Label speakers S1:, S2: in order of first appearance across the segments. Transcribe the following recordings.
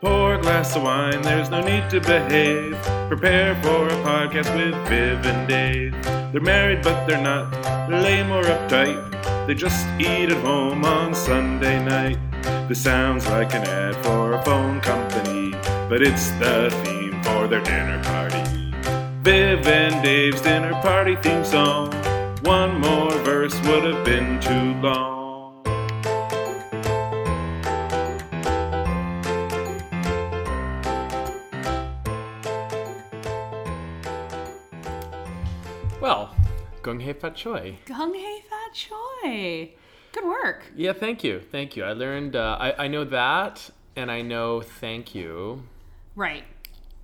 S1: glass of wine, there's no need to behave. Prepare for a podcast with Viv and Dave. They're married, but they're not lame or uptight. They just eat at home on Sunday night. This sounds like an ad for a phone company, but it's the theme for their dinner party. Viv and Dave's dinner party theme song. One more verse would have been too long.
S2: Well, Gung Hei Fat Choi.
S3: Gung Hei Fat Choi. Good work.
S2: Yeah, thank you. Thank you. I learned, uh, I, I know that, and I know thank you,
S3: Right.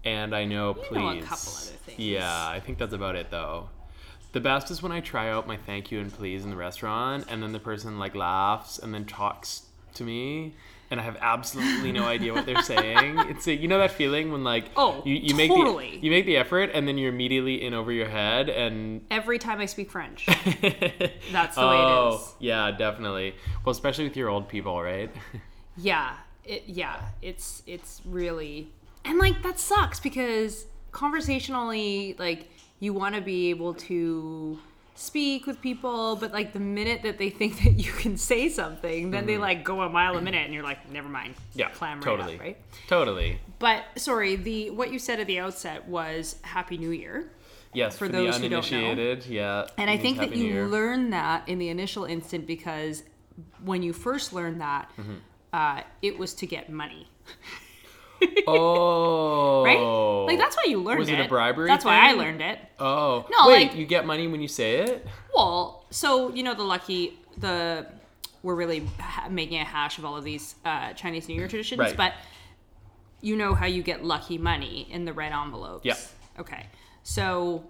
S2: and I know
S3: You
S2: please.
S3: know a couple other things.
S2: Yeah, I think that's about it though. The best is when I try out my thank you and please in the restaurant, and then the person like laughs and then talks to me, and I have absolutely no idea what they're saying. It's a, you know that feeling when like
S3: Oh,
S2: you, you
S3: totally.
S2: make the you make the effort, and then you're immediately in over your head, and
S3: Every time I speak French.
S2: That's
S3: the way it is.
S2: Oh, Yeah, definitely. Well, especially with your old people, right?
S3: yeah. It, yeah. It's it's really and like that sucks because conversationally, like you want to be able to speak with people, but like the minute that they think that you can say something, then they like go a mile a minute, and you're like, never mind.
S2: Yeah,
S3: Clam right up,
S2: totally.
S3: right?
S2: Totally.
S3: But sorry, the what you said at the outset was Happy New Year.
S2: Yes, for,
S3: those
S2: the
S3: who don't know.
S2: uninitiated. Yeah.
S3: And I
S2: means
S3: think that
S2: Happy New
S3: you
S2: Year.
S3: learn that in the initial instant because when you first learned that,
S2: Mm-hmm.
S3: uh, it was to get money,
S2: Oh.
S3: right? Like that's why you learned
S2: Was it a bribery
S3: That's why I
S2: thing?
S3: learned it.
S2: Oh.
S3: No,
S2: Wait,
S3: like-
S2: you get money when you say it?
S3: Well, so you know the lucky the we're really ha- making a hash of all of these uh, Chinese New Year traditions,
S2: Right.
S3: but you know how you get lucky money in the red envelopes.
S2: Yeah.
S3: Okay. So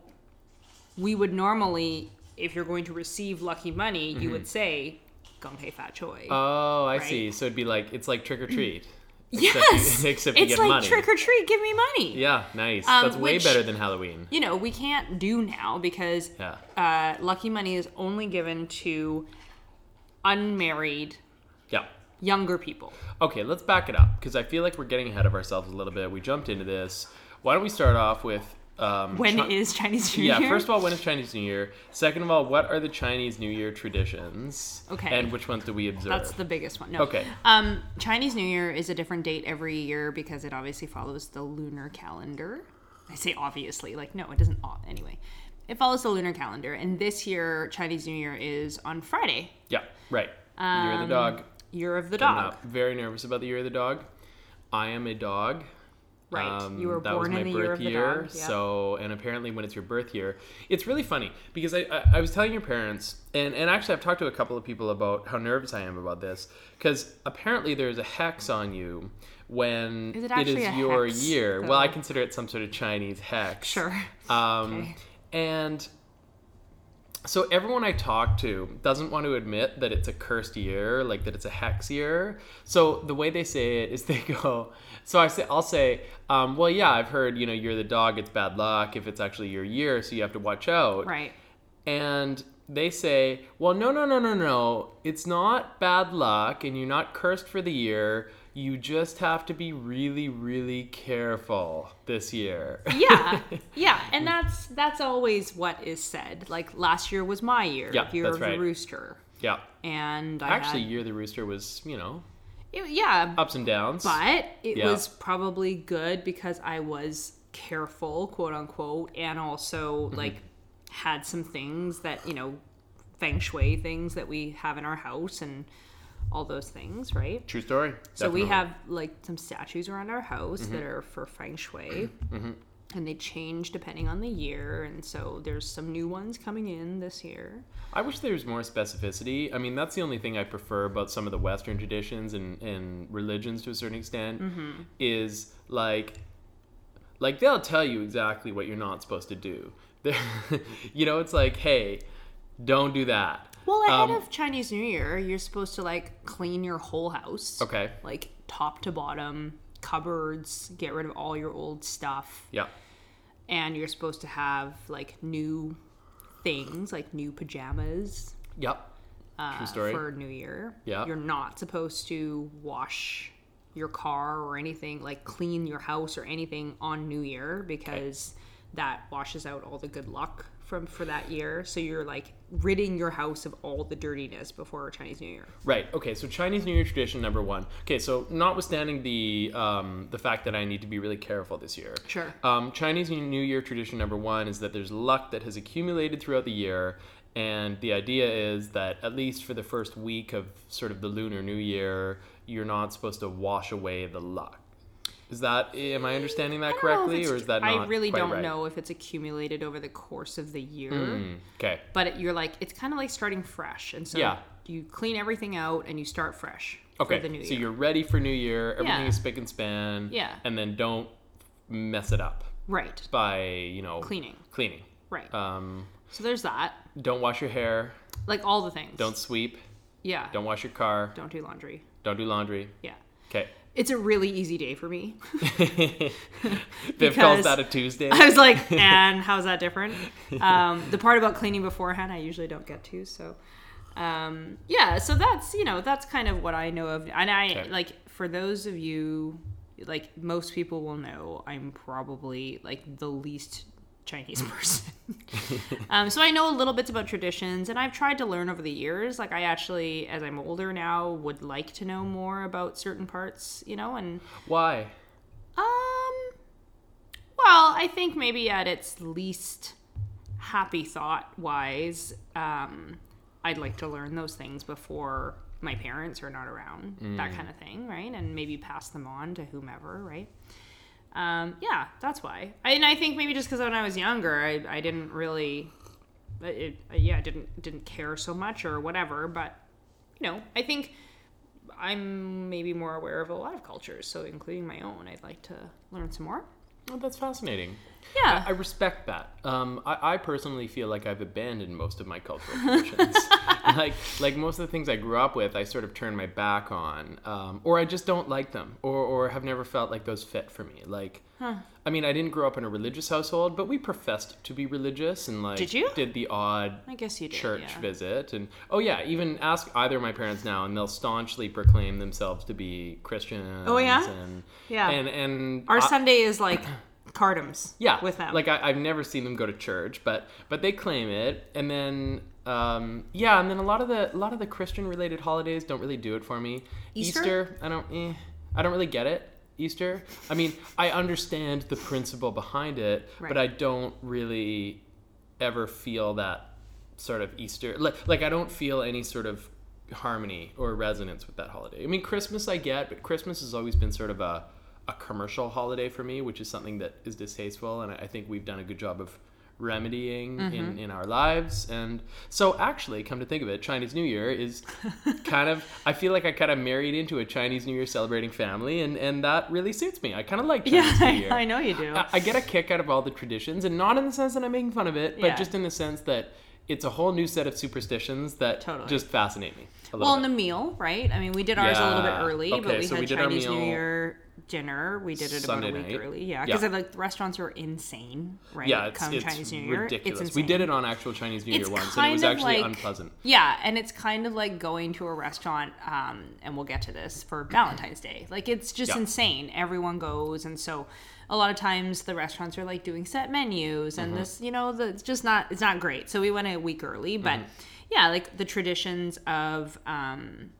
S3: we would normally, if you're going to receive lucky money, you would say "gong pei fat choi."
S2: Mm-hmm. Oh, I see.
S3: Right.
S2: So it'd be like it's like trick or treat.
S3: yes.
S2: Except you, except you
S3: it's
S2: get
S3: like
S2: money.
S3: trick or treat, give me money.
S2: yeah, nice.
S3: Um,
S2: That's way
S3: which-
S2: better than Halloween.
S3: You know we can't do now because
S2: Yeah.
S3: uh, lucky money is only given to unmarried
S2: Yeah.
S3: younger people.
S2: Okay, let's back it up because I feel like we're getting ahead of ourselves a little bit. We jumped into this. Why don't we start off with um,
S3: When
S2: Chi-
S3: is Chinese New
S2: Yeah,
S3: Year?
S2: first of all, when is Chinese New Year? Second of all, what are the Chinese New Year traditions?
S3: Okay.
S2: And which ones do we observe?
S3: that's the biggest one. No.
S2: Okay.
S3: Um, Chinese New Year is a different date every year because it obviously follows the lunar calendar. I say obviously, like no, it doesn't. ob- Anyway, it follows the lunar calendar, and this year Chinese New Year is on Friday.
S2: Yeah, right. Year of the
S3: Um,
S2: dog.
S3: Year of the
S2: I'm
S3: dog.
S2: not very nervous about the Year of the Dog. I am a dog.
S3: Right.
S2: Um,
S3: you were
S2: that was
S3: born
S2: my
S3: in the
S2: birth
S3: year of the
S2: year,
S3: dog. Yeah.
S2: So, and apparently, when it's your birth year, it's really funny because I, I, I was telling your parents, and, and actually, I've talked to a couple of people about how nervous I am about this because apparently there's a hex on you when
S3: Is
S2: it
S3: it actually
S2: is
S3: a
S2: your
S3: hex,
S2: year. Well,
S3: though?
S2: I consider it some sort of Chinese hex.
S3: Sure.
S2: Um,
S3: Okay.
S2: And so everyone I talk to doesn't want to admit that it's a cursed year, like that it's a hex year. So the way they say it is they go, so I say, I'll say, um, well, yeah, I've heard, you know, you're the dog, it's bad luck if it's actually your year, so you have to watch out.
S3: Right.
S2: And they say, well, no, no, no, no, no, it's not bad luck and you're not cursed for the year. You just have to be really, really careful this year.
S3: yeah yeah and that's that's always what is said like last year was my year
S2: Yeah,
S3: year
S2: that's
S3: of
S2: right.
S3: the rooster
S2: yeah.
S3: and I
S2: Actually,
S3: had-
S2: Year of the Rooster was, you know,
S3: it- yeah
S2: ups and downs.
S3: but it
S2: Yeah.
S3: was probably good because i was careful quote unquote and also
S2: Mm-hmm.
S3: like had some things that you know feng shui things that we have in our house and all those things right
S2: True story.
S3: So
S2: Definitely.
S3: we
S2: Mm-hmm.
S3: have like some statues around our house that are for feng shui. And they change depending on the year. And so there's some new ones coming in this year.
S2: I wish there was more specificity. I mean, that's the only thing I prefer about some of the Western traditions and, and religions to a certain extent
S3: Mm-hmm.
S2: is like, like they'll tell you exactly what you're not supposed to do. They're- you know, it's like, hey, don't do that.
S3: Well, ahead
S2: Um,
S3: of Chinese New Year, you're supposed to like clean your whole house.
S2: Okay.
S3: Like top to bottom, cupboards, get rid of all your old stuff.
S2: Yeah.
S3: And you're supposed to have like new things, like new pajamas
S2: Yep.
S3: uh,
S2: story.
S3: for New Year.
S2: Yeah.
S3: You're not supposed to wash your car or anything, like clean your house or anything on New Year because that washes out all the good luck from for that year. So you're like ridding your house of all the dirtiness before Chinese New Year.
S2: Right. Okay. So Chinese New Year tradition number one. Okay. So notwithstanding the um, the fact that I need to be really careful this year.
S3: Sure.
S2: Um, Chinese New Year tradition number one is that there's luck that has accumulated throughout the year, and the idea is that at least for the first week of sort of the Lunar New Year, you're not supposed to wash away the luck. Is that am I understanding that
S3: I don't know if
S2: correctly,
S3: it's-
S2: or is that not
S3: I really
S2: quite
S3: don't
S2: right?
S3: know if it's accumulated over the course of the year.
S2: Hmm, okay.
S3: But it, you're like it's kind of like starting fresh, and so
S2: Yeah.
S3: you clean everything out and you start fresh
S2: Okay.
S3: for the new
S2: so
S3: year.
S2: you're ready for New Year. Everything
S3: Yeah.
S2: is spick and span.
S3: Yeah.
S2: And then don't mess it up
S3: Right,
S2: by you know
S3: Cleaning.
S2: Cleaning.
S3: right.
S2: Um,
S3: so there's that.
S2: don't wash your hair.
S3: Like all the things.
S2: Don't sweep.
S3: Yeah.
S2: Don't wash your car.
S3: Don't do laundry.
S2: Don't do laundry.
S3: Yeah.
S2: Okay.
S3: It's a really easy day for me.
S2: Viv calls
S3: Because-
S2: that a Tuesday.
S3: I was like, and how's that different? Um, the part about cleaning beforehand, I usually don't get to. So, um, yeah, so that's, you know, that's kind of what I know of. And I,
S2: Okay.
S3: like, for those of you, like, most people will know I'm probably, like, the least Chinese person. um, so I know a little bits about traditions, and I've tried to learn over the years. Like, I actually, as I'm older now, would like to know more about certain parts, you know, and.
S2: Why?
S3: Um, well, I think maybe at its least happy thought wise, um, I'd like to learn those things before my parents are not around, that kind of thing, right? And maybe pass them on to whomever, right? Um, yeah, that's why. I, and I think maybe just because when I was younger, I, I didn't really, it, yeah, I didn't didn't care so much or whatever. But you know, I think I'm maybe more aware of a lot of cultures, so including my own, I'd like to learn some more.
S2: Well, that's fascinating.
S3: Yeah.
S2: I respect that. Um, I, I personally feel like I've abandoned most of my cultural traditions. like, like most of the things I grew up with, I sort of turn my back on, um, or I just don't like them, or, or have never felt like those fit for me. Like, I mean, I didn't grow up in a religious household, but we professed to be religious and like
S3: Did you?
S2: did the odd
S3: I guess you did.
S2: church
S3: yeah.
S2: visit and oh yeah even ask either of my parents now and they'll staunchly proclaim themselves to be christians
S3: Oh, yeah?
S2: and
S3: Yeah.
S2: and and
S3: Our
S2: I-
S3: Sunday is like cardums.
S2: yeah
S3: With them.
S2: like I, i've never seen them go to church but but they claim it and then um yeah and then a lot of the a lot of the christian related holidays don't really do it for me
S3: Easter?
S2: i don't eh, i don't really get it easter i mean i understand the principle behind it
S3: Right.
S2: but i don't really ever feel that sort of Easter. Like, like I don't feel any sort of harmony or resonance with that holiday. I mean, Christmas I get, but Christmas has always been sort of a, a commercial holiday for me, which is something that is distasteful. And I, I think we've done a good job of remedying in,
S3: Mm-hmm.
S2: in our lives. And so, actually, come to think of it, Chinese New Year is kind of, I feel like I kind of married into a Chinese New Year celebrating family, and, and that really suits me. I kind of like
S3: yeah,
S2: Chinese New
S3: I,
S2: Year.
S3: I know you do.
S2: I I get a kick out of all the traditions, and not in the sense that I'm making fun of it, but
S3: Yeah.
S2: just in the sense that it's a whole new set of superstitions that
S3: Totally.
S2: just fascinate me. A little
S3: well, and the
S2: bit.
S3: meal, right? I mean, we did ours a little
S2: Yeah.
S3: bit early,
S2: Okay,
S3: but we
S2: so
S3: had
S2: we did our
S3: Chinese New
S2: meal
S3: Year dinner. We did it
S2: Sunday
S3: about a week
S2: night.
S3: early. Yeah,
S2: Yeah.
S3: because like the restaurants are insane, right?
S2: yeah, it's,
S3: Come
S2: it's
S3: Chinese New Year,
S2: ridiculous.
S3: it's insane.
S2: we did it on actual Chinese New
S3: It's
S2: Year once, and it was
S3: kind of
S2: actually
S3: like-
S2: unpleasant.
S3: Yeah, and it's kind of like going to a restaurant, um, and we'll get to this for Valentine's Day. Like it's just
S2: Yeah.
S3: insane. Everyone goes, and so a lot of times the restaurants are like doing set menus,
S2: Mm-hmm.
S3: and this, you know, the, it's just not it's not great. So we went a week early, but
S2: Mm-hmm.
S3: yeah, like the traditions of, um,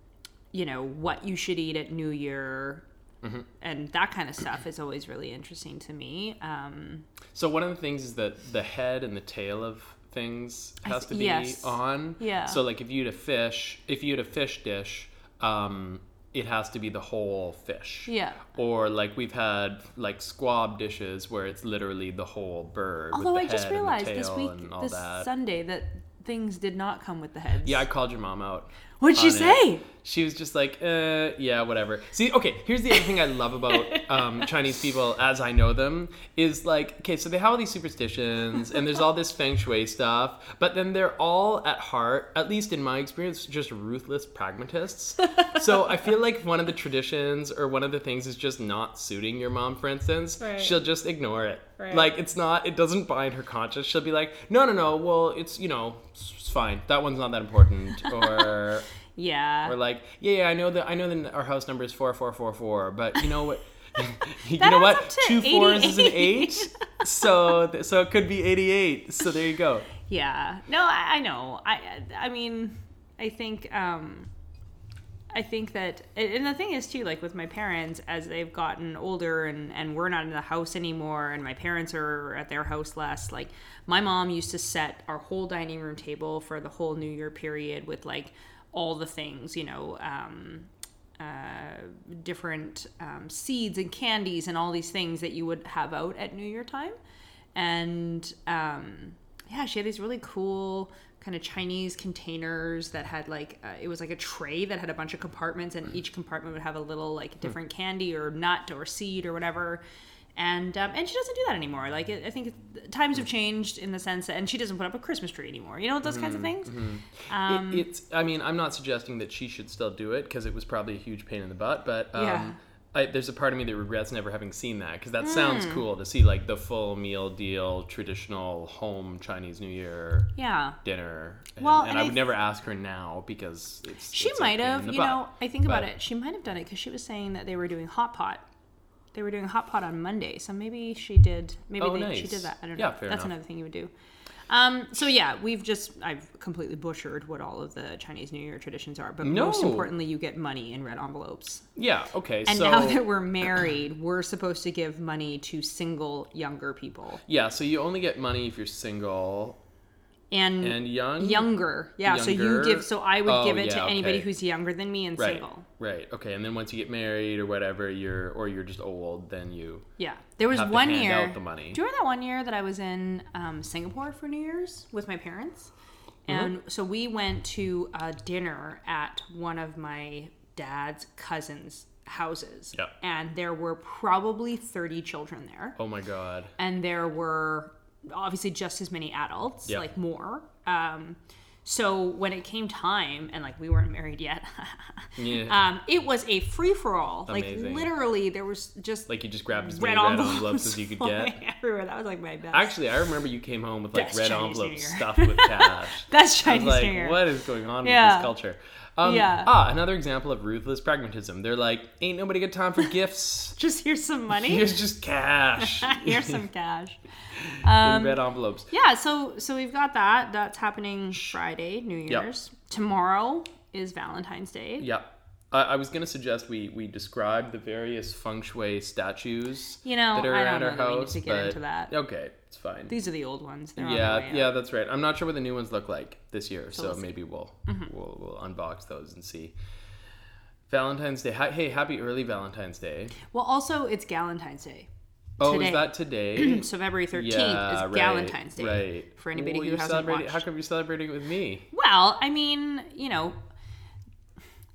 S3: you know, what you should eat at New Year.
S2: Mm-hmm.
S3: And that kind of stuff is always really interesting to me. Um,
S2: So one of the things is that the head and the tail of things has to be
S3: yes.
S2: on.
S3: Yeah.
S2: So like if you had a fish, if you had a fish dish, um, it has to be the whole fish.
S3: Yeah.
S2: Or like we've had like squab dishes where it's literally the whole bird.
S3: although I
S2: with the
S3: just
S2: head and the
S3: realized this
S2: tail
S3: week,
S2: and all
S3: this
S2: that.
S3: Sunday, that things did not come with the heads.
S2: Yeah, I called your mom out.
S3: What'd she
S2: on it.
S3: say?
S2: She was just like, uh, yeah, whatever. See, okay, here's the other thing I love about um, Chinese people as I know them is like, okay, so they have all these superstitions and there's all this feng shui stuff, but then they're all at heart, at least in my experience, just ruthless pragmatists. so I feel like one of the traditions or one of the things is just not suiting your mom, for instance.
S3: Right.
S2: She'll just ignore it.
S3: Right.
S2: Like, it's not, it doesn't bind her conscience. She'll be like, no, no, no, well, it's, you know, it's fine. That one's not that important. Or,
S3: Yeah.
S2: Or like, yeah, yeah, I know that I know that our house number is four four four four, but you know what? you
S3: That
S2: know what?
S3: adds up to
S2: Two fours is an
S3: 88.
S2: eight, so th- so it could be eighty eight. So there you go.
S3: Yeah. No, I, I know. I I mean, I think um I think that and and the thing is too like with my parents as they've gotten older and and we're not in the house anymore and my parents are at their house less like my mom used to set our whole dining room table for the whole new year period with like all the things, you know, um uh, different um, seeds and candies and all these things that you would have out at New Year time. And um, yeah, she had these really cool kind of Chinese containers that had like, uh, it was like a tray that had a bunch of compartments, and each compartment would have a little like different candy or nut or seed or whatever. And, um, and she doesn't do that anymore. Like it, I think it- times have changed in the sense that, and she doesn't put up a Christmas tree anymore. You know those kinds of things.
S2: It-
S3: Um,
S2: it's i mean i'm not suggesting that she should still do it because it was probably a huge pain in the butt but um,
S3: Yeah.
S2: I, there's a part of me that regrets never having seen that because that sounds
S3: Hmm.
S2: cool to see like the full meal deal traditional home chinese new year
S3: Yeah,
S2: dinner and,
S3: Well,
S2: and
S3: and
S2: I
S3: I
S2: would
S3: th-
S2: never ask her now because it's
S3: She
S2: it's a
S3: might
S2: pain in
S3: have,
S2: the
S3: you
S2: butt.
S3: know. I think about
S2: but-
S3: it. She might have done it because she was saying that they were doing hot pot. They were doing hot pot on Monday, so maybe she did. Maybe
S2: Oh,
S3: they, she
S2: nice.
S3: did that. I don't know.
S2: Yeah, fair
S3: That's
S2: enough.
S3: another thing you would do. Um, so yeah, we've just I've completely butchered what all of the Chinese New Year traditions are, but most
S2: No.
S3: importantly, you get money in red envelopes.
S2: yeah okay
S3: And
S2: so
S3: now that we're married, we're supposed to give money to single younger people
S2: yeah so you only get money if you're single
S3: and,
S2: and young
S3: younger. Yeah, so you
S2: Younger.
S3: give. So I would
S2: Oh,
S3: give it to
S2: yeah,
S3: anybody
S2: okay.
S3: who's younger than me and
S2: right
S3: single.
S2: right okay and then once you get married or whatever you're or you're just old then you
S3: Yeah, there was
S2: have to
S3: one
S2: hand
S3: year.
S2: out the money.
S3: Do you remember that one year that I was in um, Singapore for New Year's with my parents?
S2: Mm-hmm.
S3: And so we went to a dinner at one of my dad's cousins' houses.
S2: Yeah.
S3: And there were probably 30 children there.
S2: oh my god
S3: And there were obviously just as many adults,
S2: Yeah.
S3: like more. Um, so when it came time, and like we weren't married yet,
S2: yeah
S3: um, it was a free for all. Like
S2: Amazing.
S3: literally, there was just
S2: Like you just grabbed as many
S3: red
S2: red
S3: envelopes,
S2: envelopes as you could get.
S3: flying everywhere. That was like my best.
S2: Actually, I remember you came home with like
S3: That's
S2: red
S3: Chinese New
S2: envelopes
S3: Year.
S2: stuffed with cash.
S3: that's
S2: I was
S3: Chinese New Year.
S2: like, what is going on with
S3: Yeah.
S2: this culture? Um,
S3: Yeah.
S2: Ah, another example of ruthless pragmatism. They're like, ain't nobody got time for gifts.
S3: Just here's some money.
S2: Here's just cash.
S3: here's some cash. Um,
S2: in red envelopes.
S3: Yeah. So so we've got that. That's happening Friday, New Year's. Tomorrow is Valentine's Day.
S2: Yeah. I, I was gonna suggest we we describe the various feng shui statues
S3: You know,
S2: that are
S3: I don't
S2: around
S3: know
S2: our
S3: that we need
S2: house.
S3: to get
S2: but-
S3: into that.
S2: Okay, it's fine.
S3: These are the old ones. They're on
S2: Yeah,
S3: their way
S2: yeah,
S3: out.
S2: that's right. I'm not sure what the new ones look like this year, so,
S3: we'll see. Mm-hmm.
S2: maybe we'll, we'll we'll unbox those and see. Valentine's Day. Hi- Hey, happy early Valentine's Day.
S3: Well, also it's Valentine's Day.
S2: Oh,
S3: Today.
S2: is that today?
S3: So February thirteenth
S2: yeah,
S3: is
S2: right,
S3: Valentine's Day.
S2: Right.
S3: For anybody
S2: Well,
S3: who
S2: you're
S3: hasn't
S2: celebrating- How
S3: watched.
S2: come you're celebrating it with me?
S3: Well, I mean, you know,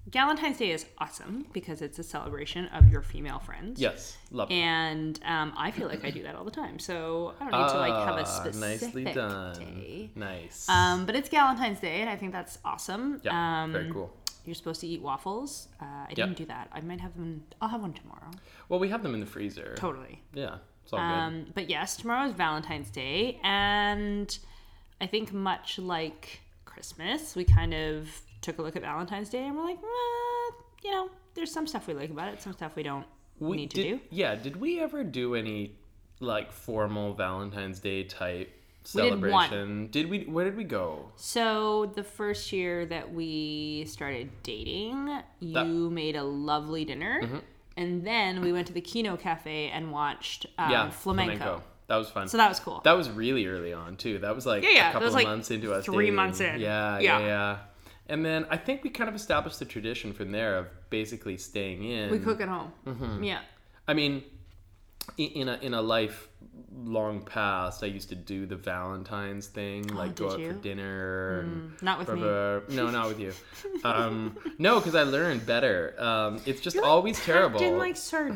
S3: Valentine's Day is awesome because it's a celebration of your female friends.
S2: Yes, love. it.
S3: and um, I feel like I do that all the time. So I don't need to like have a
S2: Ah,
S3: specific
S2: nicely done.
S3: day.
S2: Nice.
S3: Um, but it's Valentine's Day, and I think that's awesome.
S2: yeah,
S3: um,
S2: very cool.
S3: You're supposed to eat waffles. Uh, I didn't do that. I might have them. I'll have one tomorrow.
S2: Well, we have them in the freezer.
S3: Totally.
S2: Yeah, it's all good.
S3: Um, but yes, tomorrow is Valentine's Day, and I think much like Christmas, we kind of took a look at Valentine's Day, and we're like, "Well, you know, there's some stuff we like about it, some stuff we don't
S2: We
S3: need to
S2: did,
S3: do.
S2: Yeah, did we ever do any like formal Valentine's Day type
S3: did one.
S2: celebration? Did, we? Where did we go?
S3: So the first year that we started dating, you made a lovely dinner,
S2: Mm-hmm.
S3: and then we went to the Kino Cafe and watched um,
S2: yeah,
S3: flamenco.
S2: That was fun.
S3: So that was cool.
S2: that was really early on too. That was like
S3: Yeah, yeah, that
S2: a couple
S3: was,
S2: of
S3: like,
S2: months into us.
S3: three
S2: dating.
S3: months in.
S2: Yeah,
S3: Yeah.
S2: yeah, yeah, And then I think we kind of established the tradition from there of basically staying in.
S3: we cook at home.
S2: Mm-hmm.
S3: Yeah,
S2: I mean, i- in a in a life long past, I used to do the Valentine's thing, like go
S3: Oh, did
S2: out
S3: you? Mm.
S2: for dinner and.
S3: not with me.
S2: Brr, brr. No, not with you. Um, no, because I learned better. Um, it's just always terrible.
S3: Didn't like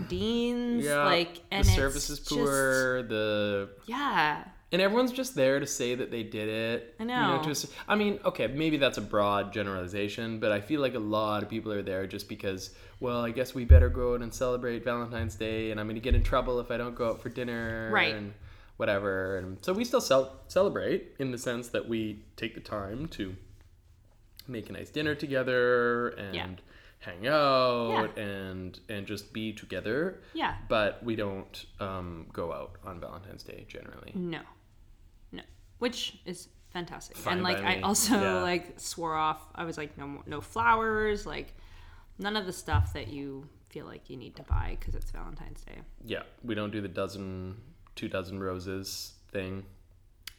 S3: sardines.
S2: yeah,
S3: Like and
S2: the
S3: it's
S2: service is
S3: just-
S2: poor. The
S3: yeah.
S2: and everyone's just there to say that they did it.
S3: I
S2: You
S3: know.
S2: know to a cer- I mean, okay, maybe that's a broad generalization, but I feel like a lot of people are there just because. Well, I guess we better go out and celebrate Valentine's Day, and I'm gonna get in trouble if I don't go out for dinner.
S3: Right.
S2: And, Whatever, and so we still cel- celebrate in the sense that we take the time to make a nice dinner together and hang out
S3: Yeah.
S2: and and just be together.
S3: Yeah.
S2: But we don't um, go out on Valentine's Day generally.
S3: No, no, which is fantastic.
S2: Fine
S3: and like
S2: by
S3: I
S2: me.
S3: also
S2: Yeah.
S3: like swore off. I was like, no, mo- no flowers, like none of the stuff that you feel like you need to buy because it's Valentine's Day.
S2: Yeah, we don't do the dozen, two dozen roses thing.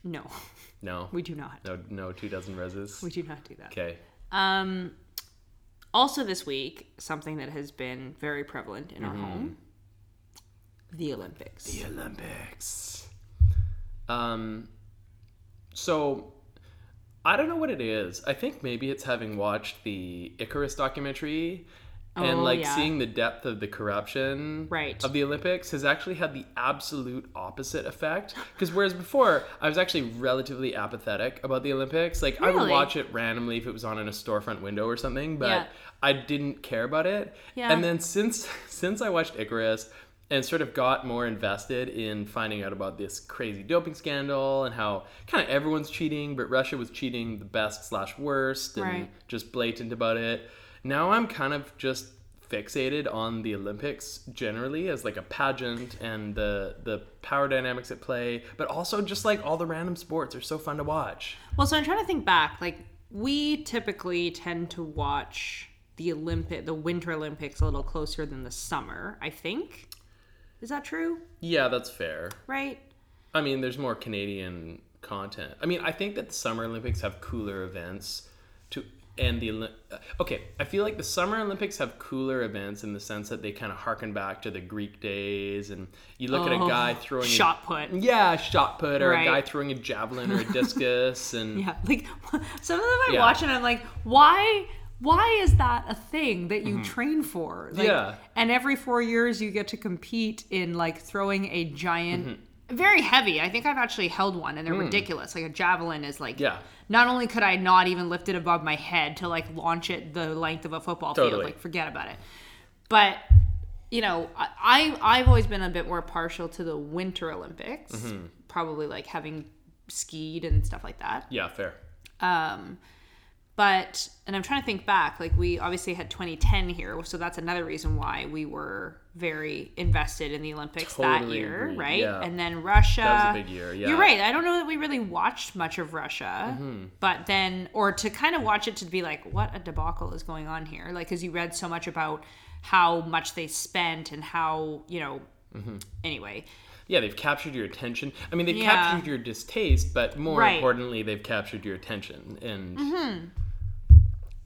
S3: No,
S2: No,
S3: we do not.
S2: no, no, two dozen roses.
S3: We do not do that.
S2: Okay,
S3: Um, also this week, something that has been very prevalent in our
S2: Mm-hmm.
S3: home: the Olympics.
S2: the Olympics. Um, so I don't know what it is. I think maybe it's having watched the Icarus documentary and
S3: Oh,
S2: like
S3: yeah.
S2: seeing the depth of the corruption
S3: Right.
S2: of the Olympics has actually had the absolute opposite effect. Because whereas before I was actually relatively apathetic about the Olympics, like I would
S3: Really?
S2: watch it randomly if it was on in a storefront window or something, but
S3: Yeah.
S2: I didn't care about it.
S3: Yeah.
S2: And then since since I watched Icarus and sort of got more invested in finding out about this crazy doping scandal and how kind of everyone's cheating, but Russia was cheating the best slash worst and
S3: Right.
S2: just blatant about it. Now I'm kind of just fixated on the Olympics generally as like a pageant and the the power dynamics at play, but also just like all the random sports are so fun to watch.
S3: Well, so I'm trying to think back. Like we typically tend to watch the Olympic, the Winter Olympics, a little closer than the summer. I think is that true?
S2: Yeah, that's fair.
S3: Right?
S2: I mean, there's more Canadian content. I mean, I think that the Summer Olympics have cooler events to and the Oli- uh, okay. I feel like the Summer Olympics have cooler events in the sense that they kind of harken back to the Greek days, and you look at a
S3: Oh,
S2: guy throwing
S3: Shot
S2: a,
S3: put.
S2: yeah, shot put, or
S3: Right.
S2: a guy throwing a javelin or a discus, and
S3: Yeah. Like some of them I
S2: Yeah.
S3: watch and I'm like, why? Why is that a thing that you train for?
S2: Mm-hmm.
S3: Like,
S2: Yeah.
S3: And every four years you get to compete in like throwing a giant.
S2: Mm-hmm.
S3: Very heavy. I think I've actually held one and they're ridiculous. Like a javelin is like
S2: Mm. Yeah.
S3: not only could I not even lift it above my head to like launch it the length of a football field,
S2: Totally.
S3: like forget about it. But you know, I I- I've always been a bit more partial to the Winter Olympics, probably like having skied and stuff like that.
S2: yeah, fair.
S3: Um, but and I'm trying to think back, like we obviously had 2010 here, so that's another reason why we were very invested in the Olympics that
S2: Totally
S3: year,
S2: agree,
S3: right?
S2: yeah.
S3: And then Russia.
S2: That was a big year, yeah. Mm-hmm.
S3: You're right. I don't know that we really watched much of Russia, but then, or to kind of watch it to be like, what a debacle is going on here? Like, because you read so much about how much they spent and how, you know,
S2: Mm-hmm.
S3: anyway.
S2: Yeah, they've captured your attention. I mean, they've
S3: Yeah.
S2: captured your distaste, but more
S3: Right.
S2: importantly, they've captured your attention. And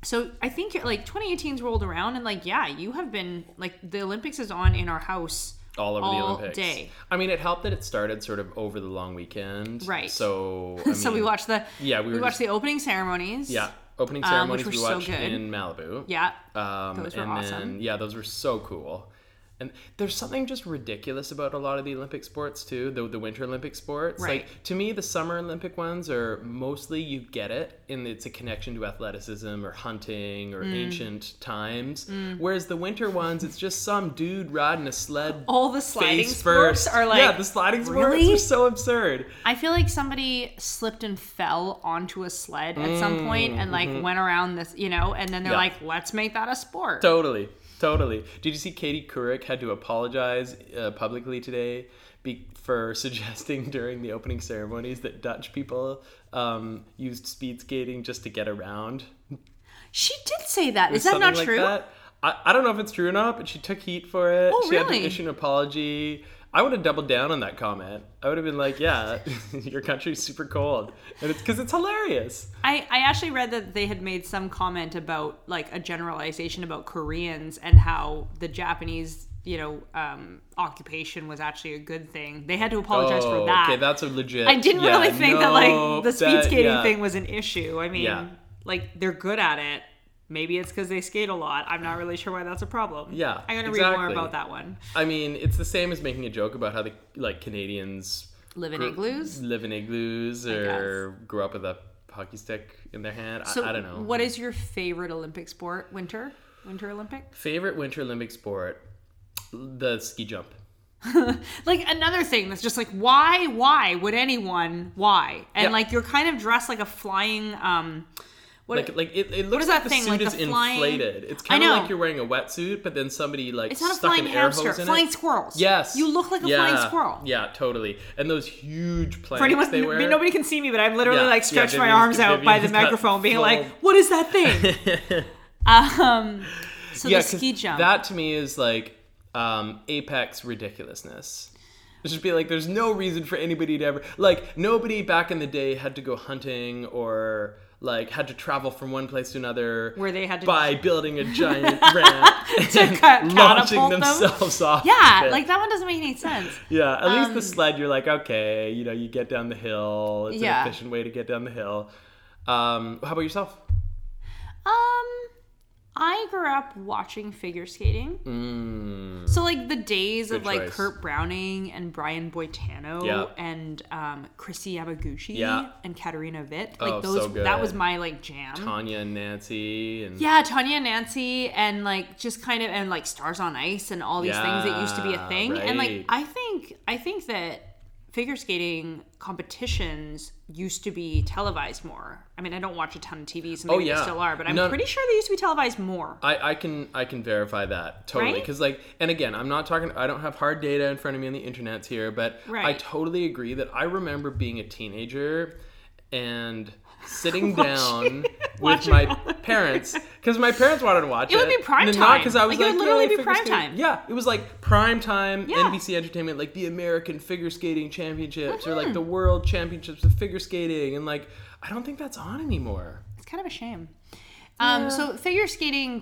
S3: So I think like 2018's rolled around and like, yeah, you have been like the Olympics is on in our house
S2: all over
S3: all
S2: the Olympics.
S3: day.
S2: I mean, it helped that it started sort of over the long weekend.
S3: Right.
S2: So, I
S3: so we
S2: mean,
S3: watched the
S2: Yeah, we were
S3: watched
S2: just-
S3: the opening ceremonies.
S2: Yeah, opening
S3: um, which
S2: ceremonies we
S3: were so
S2: watched
S3: good.
S2: in Malibu.
S3: yeah,
S2: Um,
S3: Those were
S2: and
S3: awesome.
S2: Then, yeah, those were so cool. And there's something just ridiculous about a lot of the Olympic sports too, the, the Winter Olympic sports.
S3: Right.
S2: Like to me, the Summer Olympic ones are mostly you get it, and it's a connection to athleticism or hunting or
S3: Mm.
S2: ancient times. Whereas the winter ones, it's just some dude riding a sled
S3: all the sliding
S2: face
S3: sports
S2: first.
S3: are like.
S2: yeah, the sliding sports
S3: really?
S2: are so absurd.
S3: I feel like somebody slipped and fell onto a sled at some point and like went around this, you know, and then they're
S2: Mm, mm-hmm. Yeah.
S3: like, let's make that a sport.
S2: Totally, totally. Did you see Katie Couric had to apologize uh, publicly today be- for suggesting during the opening ceremonies that Dutch people um, used speed skating just to get around?
S3: she did say that. Is that
S2: Something
S3: not
S2: like
S3: true?
S2: that. I, I don't know if it's true or not, but she took heat for it.
S3: Oh,
S2: she had
S3: really?
S2: to issue an apology. I would have doubled down on that comment. I would have been like, "Yeah, your country's super cold," and it's because it's hilarious.
S3: I, I actually read that they had made some comment about like a generalization about Koreans and how the Japanese, you know, um, occupation was actually a good thing. They had to apologize for
S2: Oh,
S3: that.
S2: Okay, that's a legit.
S3: I didn't
S2: yeah,
S3: really think that like
S2: nope,
S3: the speed
S2: that-
S3: skating
S2: yeah.
S3: thing was an issue. I mean,
S2: Yeah.
S3: like they're good at it. Maybe it's because they skate a lot. I'm not really sure why that's a problem.
S2: Yeah,
S3: I'm gonna read more
S2: exactly.
S3: about that one.
S2: I mean, it's the same as making a joke about how the like Canadians
S3: Live in
S2: gr-
S3: igloos.
S2: live in igloos, or grow up with a hockey stick in their hand.
S3: So
S2: I, I don't know.
S3: What is your favorite Olympic sport? Winter, Winter Olympic.
S2: favorite Winter Olympic sport? The ski jump.
S3: like another thing that's just like why why would anyone why and
S2: Yeah.
S3: like you're kind of dressed like a flying um What
S2: like, like it, it looks
S3: is
S2: like
S3: that
S2: the
S3: thing,
S2: suit
S3: like the
S2: is
S3: flying-
S2: inflated. It's
S3: I
S2: kind of
S3: know.
S2: like you're wearing a wetsuit, but then somebody like
S3: It's not a
S2: stuck
S3: flying
S2: an air hose
S3: hamster.
S2: in
S3: Flying
S2: it.
S3: squirrels.
S2: Yes,
S3: You look like a
S2: yeah.
S3: flying squirrel.
S2: Yeah, totally. And those huge plants
S3: For anyone,
S2: they wear.
S3: nobody can see me, but I'm literally
S2: Yeah,
S3: like
S2: yeah,
S3: stretched my
S2: Vivian's-
S3: arms out by the
S2: Vivian's got
S3: microphone, being like,
S2: full-
S3: "What is that thing?" um, so
S2: yeah,
S3: the
S2: 'cause
S3: ski jump.
S2: That to me is like um, apex ridiculousness. It's just be like, there's no reason for anybody to ever like nobody back in the day had to go hunting or like had to travel from one place to another
S3: Where they had to-
S2: by building a giant ramp
S3: To
S2: and
S3: ca-
S2: launching
S3: catapult them?
S2: themselves off. of
S3: yeah,
S2: it.
S3: like that one doesn't make any sense.
S2: Yeah, at least
S3: Um,
S2: the sled, you're like, okay, you know, you get down the hill. It's
S3: Yeah.
S2: an efficient way to get down the hill. Um, how about yourself?
S3: Um, I grew up watching figure skating. So like the days of
S2: Mm. Good
S3: like
S2: choice.
S3: Kurt Browning and Brian Boitano
S2: Yeah.
S3: and um, Chrissy Yamaguchi
S2: Yeah.
S3: and Katerina Vitt. Like
S2: Oh,
S3: those
S2: so
S3: that was
S2: good.
S3: my like jam.
S2: Tanya and Nancy and
S3: yeah, Tanya and Nancy and like just kind of and like Stars on Ice and all these things that used to be a
S2: Yeah,
S3: thing. And like
S2: right.
S3: I think I think that figure skating competitions used to be televised more. I mean, I don't watch a ton of TV, so maybe they
S2: Oh, yeah.
S3: still are, but I'm
S2: No-
S3: pretty sure they used to be televised more.
S2: I, I can I can verify that totally
S3: Right?
S2: because like and again I'm not talking I don't have hard data in front of me on the internet's here but I
S3: Right.
S2: totally agree that I remember being a teenager and sitting down with
S3: watching
S2: my
S3: all the
S2: parents because my parents wanted to watch it.
S3: It would be prime
S2: and Not
S3: time.
S2: because I was
S3: Like,
S2: like,
S3: it would literally
S2: "Yay,
S3: be
S2: figure
S3: prime
S2: skating."
S3: time.
S2: Yeah, it was like prime time
S3: Yeah.
S2: NBC Entertainment like the American Figure Skating Championships
S3: Mm-hmm.
S2: or like the World Championships of Figure Skating and like I don't think that's on anymore.
S3: It's kind of a shame. Um, so figure skating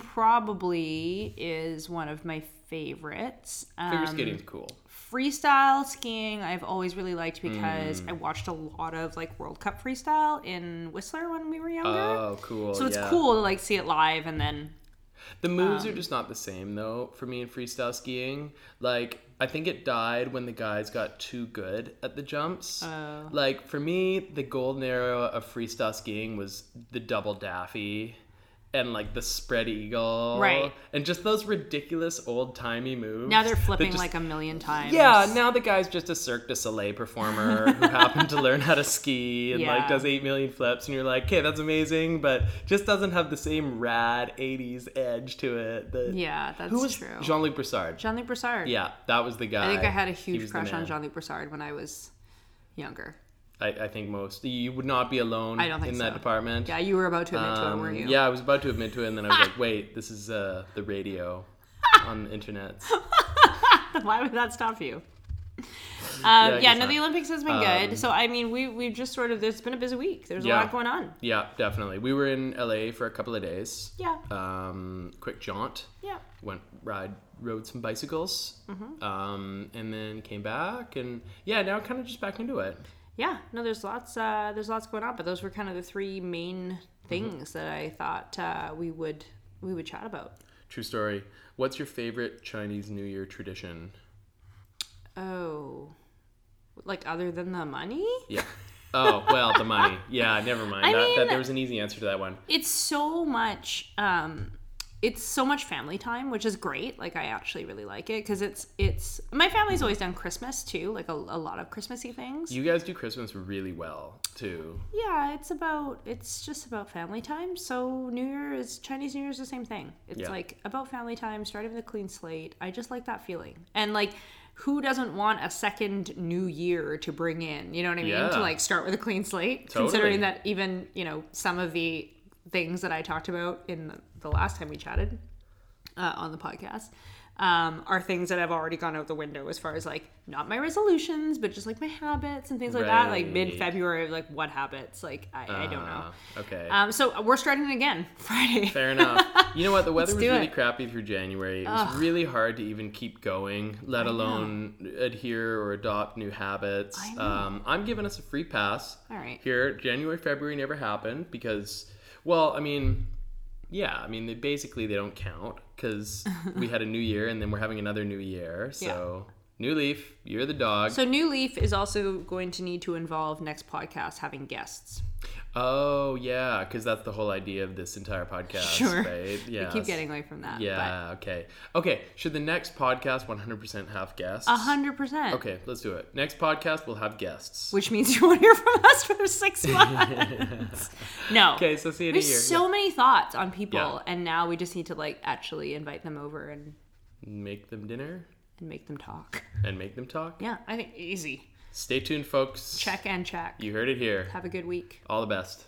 S3: probably is one of my favorites. Um,
S2: Figure skating's cool.
S3: freestyle skiing I've always really liked because
S2: Mm.
S3: I watched a lot of like World Cup freestyle in Whistler when we were younger.
S2: Oh, cool.
S3: so it's
S2: yeah.
S3: cool to like see it live and then
S2: The moves
S3: Um,
S2: are just not the same though for me in freestyle skiing. Like I think it died when the guys got too good at the jumps.
S3: Oh.
S2: Like for me, the golden era of freestyle skiing was the double daffy and like the spread eagle.
S3: Right.
S2: And just those ridiculous old timey moves.
S3: now they're
S2: that
S3: flipping
S2: just-
S3: like a million times.
S2: yeah, now the guy's just a Cirque du Soleil performer who happened to learn how to ski and
S3: Yeah.
S2: like does 8 million flips, and you're like, okay, that's amazing, but just doesn't have the same rad 80s edge to it. That,
S3: Yeah, that's
S2: Who was
S3: true.
S2: Jean Luc Broussard?
S3: Jean Luc Broussard.
S2: yeah, that was the guy.
S3: I think I had a
S2: He
S3: huge
S2: was the
S3: crush on
S2: man.
S3: Jean Luc Broussard when I was younger.
S2: I, I think most. You would not be alone
S3: I don't think
S2: in that
S3: so.
S2: department.
S3: Yeah, you were about to admit to it,
S2: Um,
S3: weren't you?
S2: Yeah, I was about to admit to it, and then I was like, wait, this is uh, the radio on the internet.
S3: Why would that stop you?
S2: I
S3: Um, yeah,
S2: guess
S3: no,
S2: not. Um,
S3: the Olympics has been good. So I mean, we we've just sort of there's been a busy week. There's
S2: Yeah.
S3: a lot going on.
S2: Yeah, definitely. We were in LA for a couple of days.
S3: Yeah,
S2: Um, quick jaunt.
S3: yeah,
S2: went ride rode some bicycles
S3: Mm-hmm.
S2: um, and then came back and yeah now kind of just back into it
S3: yeah. No, there's lots uh, there's lots going on. But those were kind of the three main things that I thought uh, we would we would chat about.
S2: true story what's your favorite chinese new year tradition
S3: Oh, like other than the money,
S2: yeah oh well the money yeah never mind
S3: I
S2: that,
S3: mean-
S2: that there was an easy answer to that one
S3: it's so much. Um, it's so much family time, which is great. Like I actually really like it because it's it's my family's always done Christmas too, like a, a lot of Christmassy things.
S2: you guys do christmas really well too
S3: Yeah, it's about it's just about family time. So New Year is Chinese New Year is the same thing. It's
S2: Yeah.
S3: like about family time, starting with a clean slate. I just like that feeling. And like who doesn't want a second new year to bring in? You know what I mean?
S2: Yeah.
S3: To like start with a clean slate,
S2: Totally.
S3: considering that even, you know, some of the things that I talked about in the, the last time we chatted uh, on the podcast um, are things that have already gone out the window as far as like not my resolutions, but just like my habits and things like that. Like
S2: Right.
S3: mid February, like what habits? Like I, I don't know.
S2: Uh, okay
S3: Um, so we're starting again Friday.
S2: Fair enough. You know what? The weather was
S3: do
S2: really
S3: it.
S2: crappy through January. It was really hard to even keep going, let alone adhere or adopt new habits.
S3: I know.
S2: Um, I'm giving us a free pass.
S3: All right.
S2: Here, January, February never happened because, well, I mean, yeah, I mean, they, basically they don't count because we had a new year and then we're having another new year. So New Leaf, you're the dog.
S3: So New Leaf is also going to need to involve next podcast having guests.
S2: oh yeah, because that's the whole idea of this entire podcast,
S3: Sure.
S2: right? Yeah.
S3: We keep getting away from that.
S2: Yeah. Okay. Okay. Should the next podcast 100% have guests?
S3: A hundred percent.
S2: Okay, let's do it. Next podcast we'll have guests.
S3: Which means you won't hear from us for six months. no.
S2: Okay, so see you in a
S3: There's
S2: year.
S3: so many thoughts on people,
S2: Yeah.
S3: and now we just need to like actually invite them over and,
S2: Make them dinner
S3: and make them talk.
S2: and make them talk.
S3: Yeah, I think easy.
S2: Stay tuned, folks.
S3: Check and check.
S2: You heard it here.
S3: Have a good week.
S2: All the best.